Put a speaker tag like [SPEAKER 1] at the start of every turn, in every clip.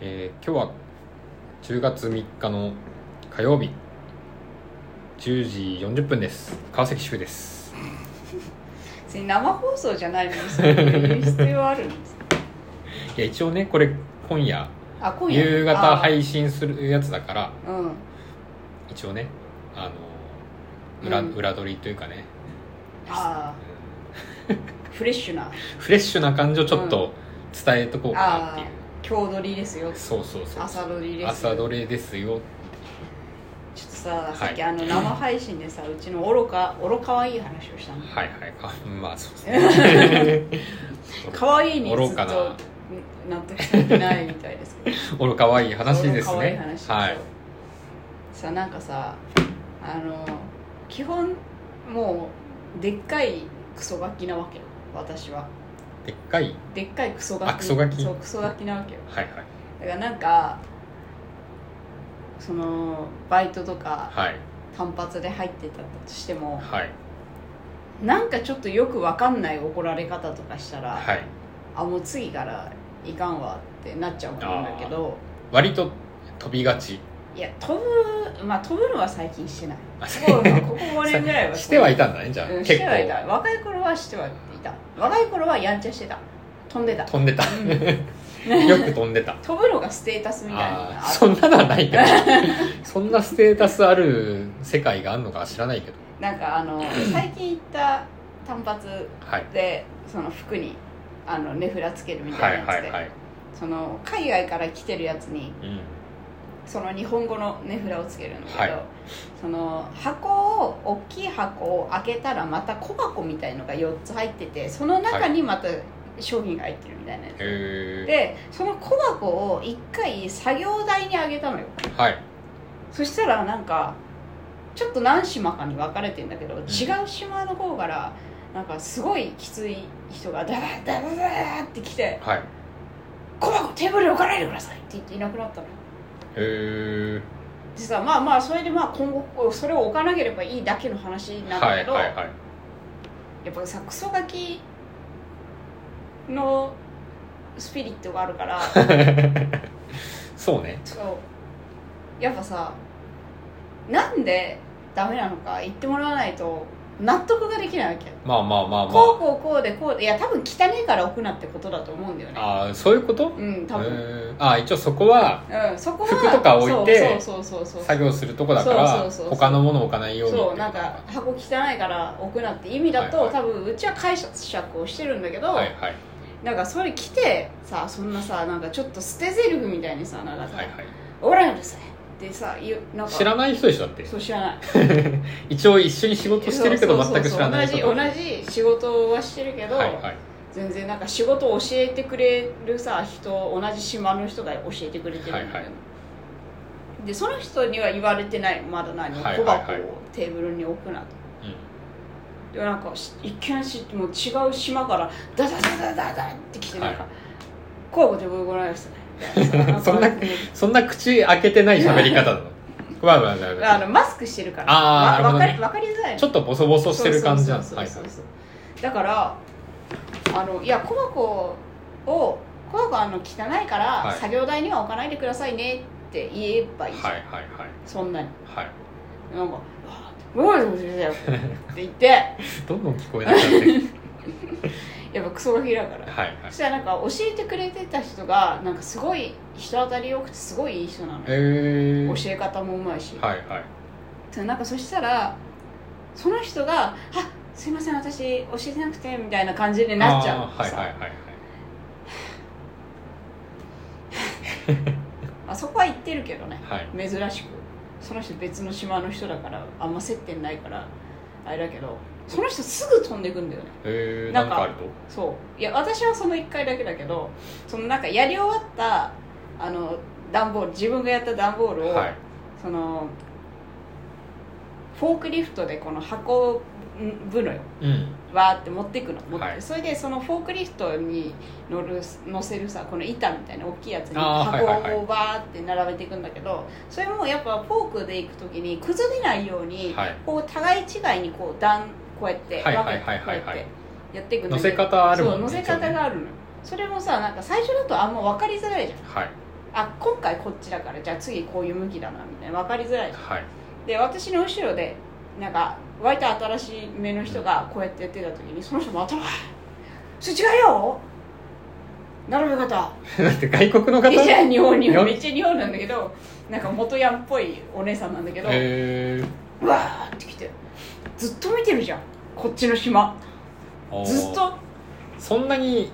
[SPEAKER 1] 今日は10月3日の火曜日10時40分です川崎主婦です
[SPEAKER 2] 別に生放送じゃないのにそれ言う必要あるんですか
[SPEAKER 1] いや一応ねこれ今夜
[SPEAKER 2] あ今夜
[SPEAKER 1] 夕方
[SPEAKER 2] い
[SPEAKER 1] 配信するやつだから
[SPEAKER 2] うん
[SPEAKER 1] 一応ねあの裏,、
[SPEAKER 2] うん
[SPEAKER 1] 裏取りというかね、
[SPEAKER 2] ああフレッシュな
[SPEAKER 1] うんフレッシュな感じをちょっと伝えとこうかなっていう、
[SPEAKER 2] 今日撮りですよ
[SPEAKER 1] そうそうそう
[SPEAKER 2] 朝撮りですよ
[SPEAKER 1] 朝どれですよ
[SPEAKER 2] ちょっとさ
[SPEAKER 1] い
[SPEAKER 2] さっきあの生配信でさうちの愚か愚かわいい話をしたの
[SPEAKER 1] はいはいかまあそうです ね
[SPEAKER 2] 可愛いにず
[SPEAKER 1] 愚
[SPEAKER 2] っ
[SPEAKER 1] か
[SPEAKER 2] と
[SPEAKER 1] な
[SPEAKER 2] 納得されてないみたいですけど
[SPEAKER 1] 愚かわいい話で
[SPEAKER 2] そ
[SPEAKER 1] す
[SPEAKER 2] の可愛い
[SPEAKER 1] ね
[SPEAKER 2] 話
[SPEAKER 1] はい
[SPEAKER 2] さなんかさあの基本もうでっかいクソガキなわけよ私は
[SPEAKER 1] でっかい
[SPEAKER 2] でっかいクソガキ
[SPEAKER 1] あクソガキ
[SPEAKER 2] そうクソガキなわけよ
[SPEAKER 1] はいはい
[SPEAKER 2] だからなんかそのバイトとか
[SPEAKER 1] はい
[SPEAKER 2] 単発で入ってたとしても
[SPEAKER 1] はい
[SPEAKER 2] なんかちょっとよくわかんない怒られ方とかしたら、
[SPEAKER 1] はい
[SPEAKER 2] あもう次からいかんわってなっちゃうと思うんだけど
[SPEAKER 1] 割と飛びがち
[SPEAKER 2] いや飛ぶまあ飛ぶのは最近してない
[SPEAKER 1] あ
[SPEAKER 2] もうここ5年ぐらいは
[SPEAKER 1] してはいたんだねじゃあ
[SPEAKER 2] うん、し
[SPEAKER 1] 結
[SPEAKER 2] てはい
[SPEAKER 1] 構
[SPEAKER 2] た若い頃はしてはいた若い頃はやんちゃしてた飛んでた
[SPEAKER 1] 飛んでた
[SPEAKER 2] うん
[SPEAKER 1] よく飛ん でた
[SPEAKER 2] 飛ぶのがステータスみたいなの
[SPEAKER 1] ああ
[SPEAKER 2] がある
[SPEAKER 1] そんなのはないけど そんなステータスある世界があるのか知らないけど
[SPEAKER 2] なんかあ の最近行った単発
[SPEAKER 1] はい
[SPEAKER 2] でその服にあのネフラつけるみた
[SPEAKER 1] はいい
[SPEAKER 2] なやつ
[SPEAKER 1] は
[SPEAKER 2] で、
[SPEAKER 1] いはい
[SPEAKER 2] その海外から来てるやつに
[SPEAKER 1] うん
[SPEAKER 2] その日本語の値札をつけるんだけど、
[SPEAKER 1] はい
[SPEAKER 2] その箱を大きい箱を開けたらまた小箱みたいのが4つ入っててその中にまた商品が入ってるみたいなやつ、
[SPEAKER 1] へ
[SPEAKER 2] でその小箱を1回作業台にあげたのよ
[SPEAKER 1] えはい
[SPEAKER 2] そしたらなんかちょっと何島かに分かれてんだけど、違う島の方からなんかすごいきつい人がダダダダダって来て
[SPEAKER 1] はいへ
[SPEAKER 2] 「小箱テーブルに置かないでください」って言っていなくなったの
[SPEAKER 1] え
[SPEAKER 2] でさまあまあそれでまあ今後それを置かなければいいだけの話なんだ
[SPEAKER 1] は
[SPEAKER 2] け
[SPEAKER 1] い
[SPEAKER 2] ど、
[SPEAKER 1] はい はい
[SPEAKER 2] やっぱさクソガキのスピリットがあ るから
[SPEAKER 1] そうね
[SPEAKER 2] そうやっぱさなんでダメなのか言ってもらわないと納得ができないわけよ
[SPEAKER 1] まあまあまあま
[SPEAKER 2] こうこうこうでこうでいや多分汚いから置くなってことだと思うんだよね
[SPEAKER 1] ああーそういうこと
[SPEAKER 2] うん多分、
[SPEAKER 1] うんああ一応そこは
[SPEAKER 2] うん、そこは
[SPEAKER 1] 服とか置いて
[SPEAKER 2] そうそうそうそうそう
[SPEAKER 1] 作業するとこだから
[SPEAKER 2] そうそうそうそう
[SPEAKER 1] 他のもの置かないようにって
[SPEAKER 2] そ
[SPEAKER 1] こ
[SPEAKER 2] う
[SPEAKER 1] と
[SPEAKER 2] なんか箱汚いから置くなって意味だと、
[SPEAKER 1] はいはい
[SPEAKER 2] 多分うちは解釈をしてるんだけど、
[SPEAKER 1] はいはい
[SPEAKER 2] なんかそれ来てさそんなさなんかちょっと捨て台詞みたいにさなんかさ
[SPEAKER 1] はいはい
[SPEAKER 2] 「おらんるさ」ってさ言うなんか
[SPEAKER 1] 知らない人でしょだって
[SPEAKER 2] そう知らない
[SPEAKER 1] 一応一緒に仕事してるけど
[SPEAKER 2] そうそう
[SPEAKER 1] 全
[SPEAKER 2] そ
[SPEAKER 1] く知
[SPEAKER 2] う
[SPEAKER 1] らない人
[SPEAKER 2] 同じ同じ仕事はしてるけど、
[SPEAKER 1] はいはい
[SPEAKER 2] 全然なんか仕事を教えてくれるさ人同じ島の人が教えてくれてるんだけど、
[SPEAKER 1] はいは
[SPEAKER 2] でその人には言われてないまだ何
[SPEAKER 1] はい
[SPEAKER 2] 小
[SPEAKER 1] はいはい
[SPEAKER 2] 箱をテーブルに置くなと。
[SPEAKER 1] う
[SPEAKER 2] でなんかし一見しもう違う島からダダダダダダって来てなんか、
[SPEAKER 1] は
[SPEAKER 2] 怖いこと言われまし たね
[SPEAKER 1] そんな
[SPEAKER 2] あ
[SPEAKER 1] んそんな口開けてない喋り方なの わわわわ
[SPEAKER 2] のマスクしてるから
[SPEAKER 1] あー
[SPEAKER 2] わ
[SPEAKER 1] な
[SPEAKER 2] わか
[SPEAKER 1] る
[SPEAKER 2] りわかりづらい
[SPEAKER 1] ちょっとボソボソしてる感じなの
[SPEAKER 2] そう
[SPEAKER 1] は
[SPEAKER 2] そう
[SPEAKER 1] いは
[SPEAKER 2] そう
[SPEAKER 1] い
[SPEAKER 2] そうだからあのいや小箱を小箱あの汚いから、
[SPEAKER 1] はい
[SPEAKER 2] 作業台には置かないでくださいねって言えばいいじゃん、
[SPEAKER 1] はいはいはい
[SPEAKER 2] そんなに
[SPEAKER 1] はい
[SPEAKER 2] なんか「あーごめんなさいごめんなさいって言って
[SPEAKER 1] どんどん聞こえなくなってくる
[SPEAKER 2] やっぱクソガキだから
[SPEAKER 1] はいは
[SPEAKER 2] そ
[SPEAKER 1] い
[SPEAKER 2] したらなんか教えてくれてた人がなんかすごい人当たりよくてすごいいい人なのよ
[SPEAKER 1] え
[SPEAKER 2] 教
[SPEAKER 1] ー
[SPEAKER 2] え方もうまいし、
[SPEAKER 1] はいはい
[SPEAKER 2] でなんかそしたらその人が「あすいません私教えてなくて」みたいな感じになっちゃう
[SPEAKER 1] あ
[SPEAKER 2] の
[SPEAKER 1] ーはい
[SPEAKER 2] さ
[SPEAKER 1] はいはいはい
[SPEAKER 2] あそこは行ってるけどね
[SPEAKER 1] はい
[SPEAKER 2] 珍しくその人別の島の人だからあんま接点ないからあれだけどその人すぐ飛んでくんだよね
[SPEAKER 1] えー
[SPEAKER 2] な
[SPEAKER 1] なんん
[SPEAKER 2] か
[SPEAKER 1] かあると
[SPEAKER 2] そういや私はその1回だけだけどそのなんかやり終わったあの段ボール自分がやった段ボールを、
[SPEAKER 1] はい
[SPEAKER 2] そのフォークリフトでこの箱をんぶのよ
[SPEAKER 1] うん
[SPEAKER 2] わーって持ってくの持って、
[SPEAKER 1] はい
[SPEAKER 2] それでそのフォークリフトに乗る乗せるさこの板みたいな大きいやつに
[SPEAKER 1] あー
[SPEAKER 2] 箱
[SPEAKER 1] はいはいは
[SPEAKER 2] をバーって並べていくんだけど、それもやっぱフォークでいく時に崩れないように、
[SPEAKER 1] はい
[SPEAKER 2] こう互い違いにこう段こうやって
[SPEAKER 1] はいはい
[SPEAKER 2] 分けて
[SPEAKER 1] はいはいはい
[SPEAKER 2] こうやってやっていくんだ
[SPEAKER 1] 乗
[SPEAKER 2] けど
[SPEAKER 1] せ方あるも
[SPEAKER 2] そうん乗
[SPEAKER 1] ね
[SPEAKER 2] せ方があるのよそれもさなんか最初だとあんま分かりづらいじゃん
[SPEAKER 1] はい
[SPEAKER 2] あ今回こっちだからじゃあ次こういう向きだなみたいな分かりづらい
[SPEAKER 1] はい
[SPEAKER 2] で私の後ろでなんか割と新しい目の人がこうやってやってた時にその人も頭「それ違うよ並べ方」
[SPEAKER 1] だって外国の方
[SPEAKER 2] めっちゃ日本日
[SPEAKER 1] よ
[SPEAKER 2] 本めっちゃ日本なんだけどなんか元ヤンっぽいお姉さんなんだけど、
[SPEAKER 1] え
[SPEAKER 2] うわーって来てずっと見てるじゃんこっちの島
[SPEAKER 1] ー、
[SPEAKER 2] ず
[SPEAKER 1] あ
[SPEAKER 2] っ
[SPEAKER 1] ー
[SPEAKER 2] と
[SPEAKER 1] そんなに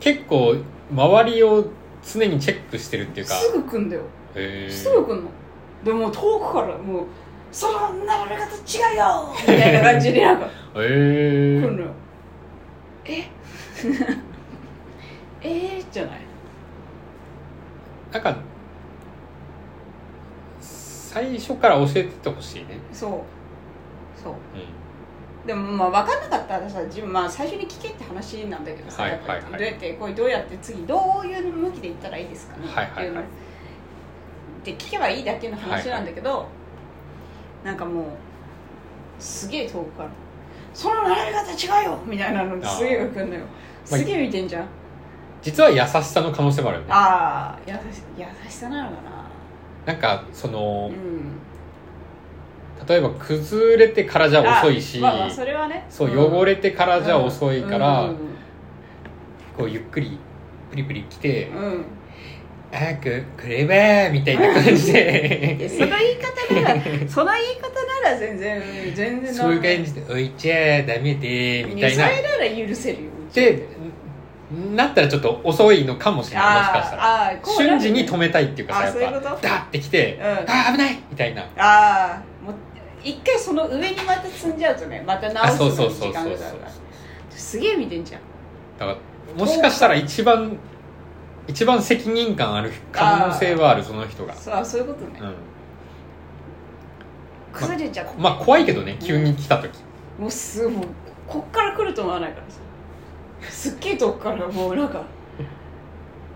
[SPEAKER 1] 結構周りを常にチェックしてるっていうか
[SPEAKER 2] すぐ来んだよ
[SPEAKER 1] へー
[SPEAKER 2] すぐ来んのでもう遠くからもう「その並べ方違うよ!」みたいな感じでなんか
[SPEAKER 1] へ
[SPEAKER 2] 来
[SPEAKER 1] ー
[SPEAKER 2] るのよえ えー、じゃない
[SPEAKER 1] なんか最初から教えてってほしいね、
[SPEAKER 2] そうそう
[SPEAKER 1] う
[SPEAKER 2] でもまあ分かんなかったらさ自分まあ最初に聞けって話なんだけどさ、
[SPEAKER 1] はい
[SPEAKER 2] やっぱ
[SPEAKER 1] はい
[SPEAKER 2] り
[SPEAKER 1] はい
[SPEAKER 2] どうやってこれどうやって次どういう向きで行ったらいいですかね
[SPEAKER 1] はいはい
[SPEAKER 2] って
[SPEAKER 1] はい
[SPEAKER 2] いうので聞けばいいだけの話なんだけど、なんかもうすげえ遠くから「その習い方違うよ!」みたいなの
[SPEAKER 1] あー
[SPEAKER 2] すげえ来るのよすげえ見てんじゃん
[SPEAKER 1] ん、実は優しさの可能性もあるよね
[SPEAKER 2] ああ優し優しさなのかな
[SPEAKER 1] なんかその、
[SPEAKER 2] うん
[SPEAKER 1] 例えば崩れてからじゃ遅いし、
[SPEAKER 2] あまあまあそれはね
[SPEAKER 1] そう、
[SPEAKER 2] ん
[SPEAKER 1] 汚れてからじゃ遅いから、
[SPEAKER 2] うん
[SPEAKER 1] こうゆっくりプリプリ来て
[SPEAKER 2] うんうんうん
[SPEAKER 1] 「早くくれば」みたいな感じ
[SPEAKER 2] いや
[SPEAKER 1] で
[SPEAKER 2] その言い方ならその言い方なら全然全然
[SPEAKER 1] そういう感
[SPEAKER 2] じ
[SPEAKER 1] じで「置いちゃダメで」みたい
[SPEAKER 2] そ
[SPEAKER 1] な
[SPEAKER 2] れなら許せるよ
[SPEAKER 1] でなったらちょっと遅いのかもしれないもしかしたら
[SPEAKER 2] あーあーこう
[SPEAKER 1] 瞬
[SPEAKER 2] なる
[SPEAKER 1] 時に止めたいっていうかさ
[SPEAKER 2] あ
[SPEAKER 1] やっぱ
[SPEAKER 2] そういうこと
[SPEAKER 1] ダッて来て
[SPEAKER 2] う
[SPEAKER 1] 「
[SPEAKER 2] ん
[SPEAKER 1] あー危ない!」みたいな
[SPEAKER 2] ああもう一回その上にまた積んじゃうとねまた
[SPEAKER 1] あ
[SPEAKER 2] 直す
[SPEAKER 1] そ
[SPEAKER 2] の
[SPEAKER 1] う
[SPEAKER 2] に
[SPEAKER 1] そう
[SPEAKER 2] 時
[SPEAKER 1] そう
[SPEAKER 2] 間
[SPEAKER 1] そうそう
[SPEAKER 2] がかかるからすげえ見てんじゃん
[SPEAKER 1] だからもしかしたら一番一番責任感ある可能性はあるその人が、
[SPEAKER 2] そうあそういうことね、
[SPEAKER 1] うん、
[SPEAKER 2] 崩れちゃって、
[SPEAKER 1] まあ怖いけどね急に来た時
[SPEAKER 2] もうすもうこっから来ると思わないからさすっげえ遠くからもうなんか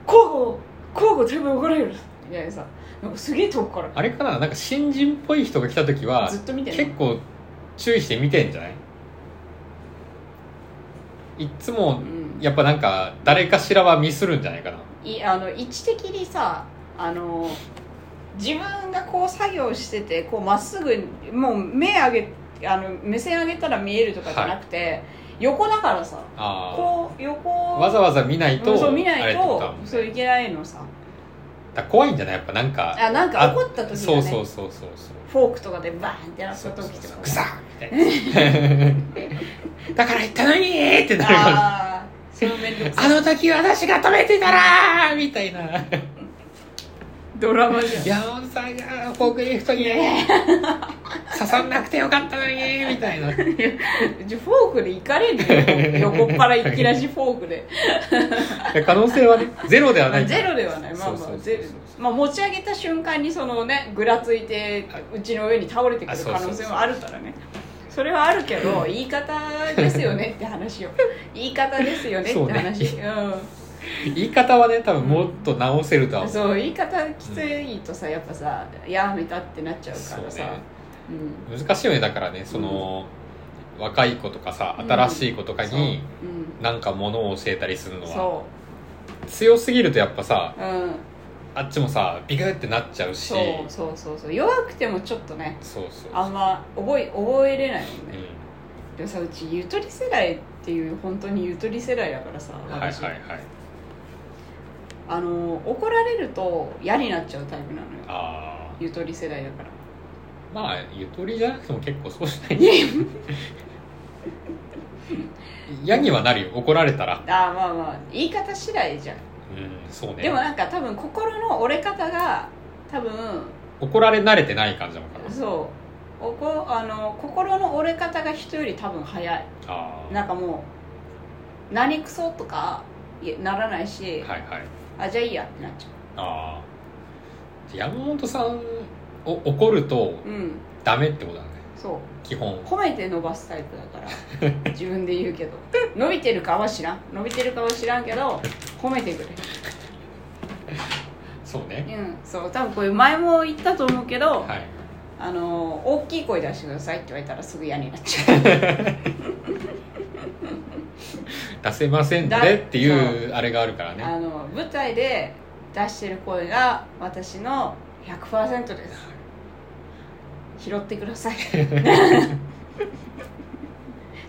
[SPEAKER 2] 交互交互全部怒られるみたいなさなんかすげえ遠くから
[SPEAKER 1] あれかななんか新人っぽい人が来た時は
[SPEAKER 2] ずっと見てる
[SPEAKER 1] 結構注意して見てんじゃないいっつも
[SPEAKER 2] うん
[SPEAKER 1] やっぱなんか誰かしらはミスるんじゃないかない
[SPEAKER 2] あの位置的にさあの自分がこう作業しててこうまっすぐもう目上げあの目線上げたら見えるとかじゃなくて、横だからさ
[SPEAKER 1] あ
[SPEAKER 2] こう横
[SPEAKER 1] あわざわざ見ないと
[SPEAKER 2] うんそう見
[SPEAKER 1] あ
[SPEAKER 2] な
[SPEAKER 1] れ
[SPEAKER 2] い
[SPEAKER 1] ってことだもんね
[SPEAKER 2] そういけないのさ
[SPEAKER 1] だから怖いんじゃないやっぱなんか
[SPEAKER 2] あなんか怒った時がね
[SPEAKER 1] そうそうそうそうそう
[SPEAKER 2] フォークとかでバーンってやら
[SPEAKER 1] そ
[SPEAKER 2] せ
[SPEAKER 1] う
[SPEAKER 2] た
[SPEAKER 1] そう
[SPEAKER 2] 時と
[SPEAKER 1] そう
[SPEAKER 2] か
[SPEAKER 1] くさーみたいなだから言ったのにーってなるかもしれない
[SPEAKER 2] ああその面倒く
[SPEAKER 1] あ
[SPEAKER 2] さい
[SPEAKER 1] の時私が止めてたらーみたいな
[SPEAKER 2] ドラマじゃん
[SPEAKER 1] 山本さんがフォークリフトに刺さんなくてよかったのにみたいな
[SPEAKER 2] じゃあフォークで行かれるよ横っ腹行き出しフォークで
[SPEAKER 1] 可能性はねゼロでは
[SPEAKER 2] ま
[SPEAKER 1] な
[SPEAKER 2] あ、
[SPEAKER 1] い
[SPEAKER 2] ゼロではないまあ
[SPEAKER 1] そ
[SPEAKER 2] ま
[SPEAKER 1] うそうそうそ
[SPEAKER 2] あ
[SPEAKER 1] う
[SPEAKER 2] ゼロまあ持ち上げた瞬間にそのねぐらついて
[SPEAKER 1] はいう
[SPEAKER 2] ちの上に倒れてく
[SPEAKER 1] あ
[SPEAKER 2] る
[SPEAKER 1] そう
[SPEAKER 2] 可
[SPEAKER 1] そうそう
[SPEAKER 2] 能性もあるからねそれはあるけど言い方ですよねって 話よ言い方ですよねって話う,、
[SPEAKER 1] 言い方はね多分もっと直せるとは
[SPEAKER 2] ん
[SPEAKER 1] 思う
[SPEAKER 2] そう言い方きついとさやっぱさやめたってなっちゃうから
[SPEAKER 1] そ
[SPEAKER 2] さ
[SPEAKER 1] うね
[SPEAKER 2] うん
[SPEAKER 1] 難しいよねだからねその、若い子とかさ新しい子とかに
[SPEAKER 2] うん
[SPEAKER 1] なんかものを教えたりするのは
[SPEAKER 2] そ
[SPEAKER 1] 強すぎるとやっぱさ
[SPEAKER 2] ううん
[SPEAKER 1] あっちもさビクってなっちゃうし
[SPEAKER 2] そうそうそうそう弱くてもちょっとね
[SPEAKER 1] そうそう
[SPEAKER 2] あんま覚え覚えれないもんね
[SPEAKER 1] うん
[SPEAKER 2] でもさうちゆとり世代っていう本当にゆとり世代だからさ
[SPEAKER 1] はい
[SPEAKER 2] 私、
[SPEAKER 1] はいはい
[SPEAKER 2] あの怒られると嫌になっちゃうタイプなのよ
[SPEAKER 1] あ
[SPEAKER 2] ゆとり世代だから
[SPEAKER 1] ーまあゆとりじゃなくても結構そうしない
[SPEAKER 2] いやいや
[SPEAKER 1] 嫌にはなるよ怒られたら
[SPEAKER 2] あーまあまあ言い方次第じゃん、
[SPEAKER 1] うんそうね
[SPEAKER 2] でもなんか多分心の折れ方が多分
[SPEAKER 1] 怒られ慣れてない感じなのかな
[SPEAKER 2] そうおこあの心の折れ方が人より多分早い
[SPEAKER 1] ああ
[SPEAKER 2] なんかもう何クソとかいやならないし、
[SPEAKER 1] はいはい
[SPEAKER 2] あじゃあいいやってなっちゃ
[SPEAKER 1] ああ山本さんを怒ると
[SPEAKER 2] ううん
[SPEAKER 1] ダメってことだね
[SPEAKER 2] そう
[SPEAKER 1] 基本
[SPEAKER 2] 褒めて伸ばすタイプだから 自分で言うけど伸びてるかは知らん伸びてるかは知らんけど褒めてくれ
[SPEAKER 1] そうね
[SPEAKER 2] うん、そう多分これ前も言ったと思うけど、
[SPEAKER 1] はい
[SPEAKER 2] あの大きい声出してくださいって言われたらすぐ嫌になっちゃう
[SPEAKER 1] 出せません
[SPEAKER 2] だ
[SPEAKER 1] でっていうあれがあるからね
[SPEAKER 2] あの舞台で出してる声が私の100%です拾ってくだ さい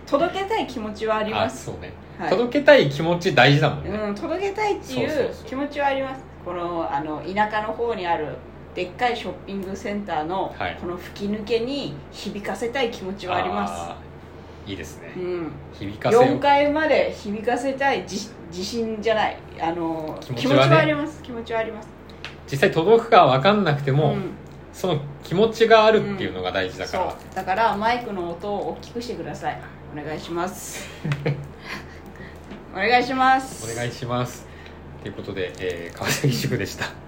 [SPEAKER 2] 届けたい気持ちはあります、
[SPEAKER 1] そうね、
[SPEAKER 2] はい
[SPEAKER 1] 届けたい気持ち大事だもんね、
[SPEAKER 2] うん、届けたいってい
[SPEAKER 1] そうそう
[SPEAKER 2] う
[SPEAKER 1] そう
[SPEAKER 2] 気持ちはありますこのあの田舎の方にあるでっかいショッピングセンターの、
[SPEAKER 1] はい
[SPEAKER 2] この吹き抜けに響かせたい気持ちはありま
[SPEAKER 1] あーいいですね
[SPEAKER 2] す、うん、
[SPEAKER 1] 響かせよう
[SPEAKER 2] 4階まで響かせたい自自信じゃないあの
[SPEAKER 1] 気持
[SPEAKER 2] 気
[SPEAKER 1] ち
[SPEAKER 2] 持ち
[SPEAKER 1] はね
[SPEAKER 2] はあります気持ちはあります
[SPEAKER 1] 実際届くか分かんなくても、
[SPEAKER 2] ん、
[SPEAKER 1] その気持ちがあるっていうのが大事だから、
[SPEAKER 2] そうだからマイクの音を大きくしてくださいお願いします お願いします
[SPEAKER 1] お願いしますということで、えー川崎塾でした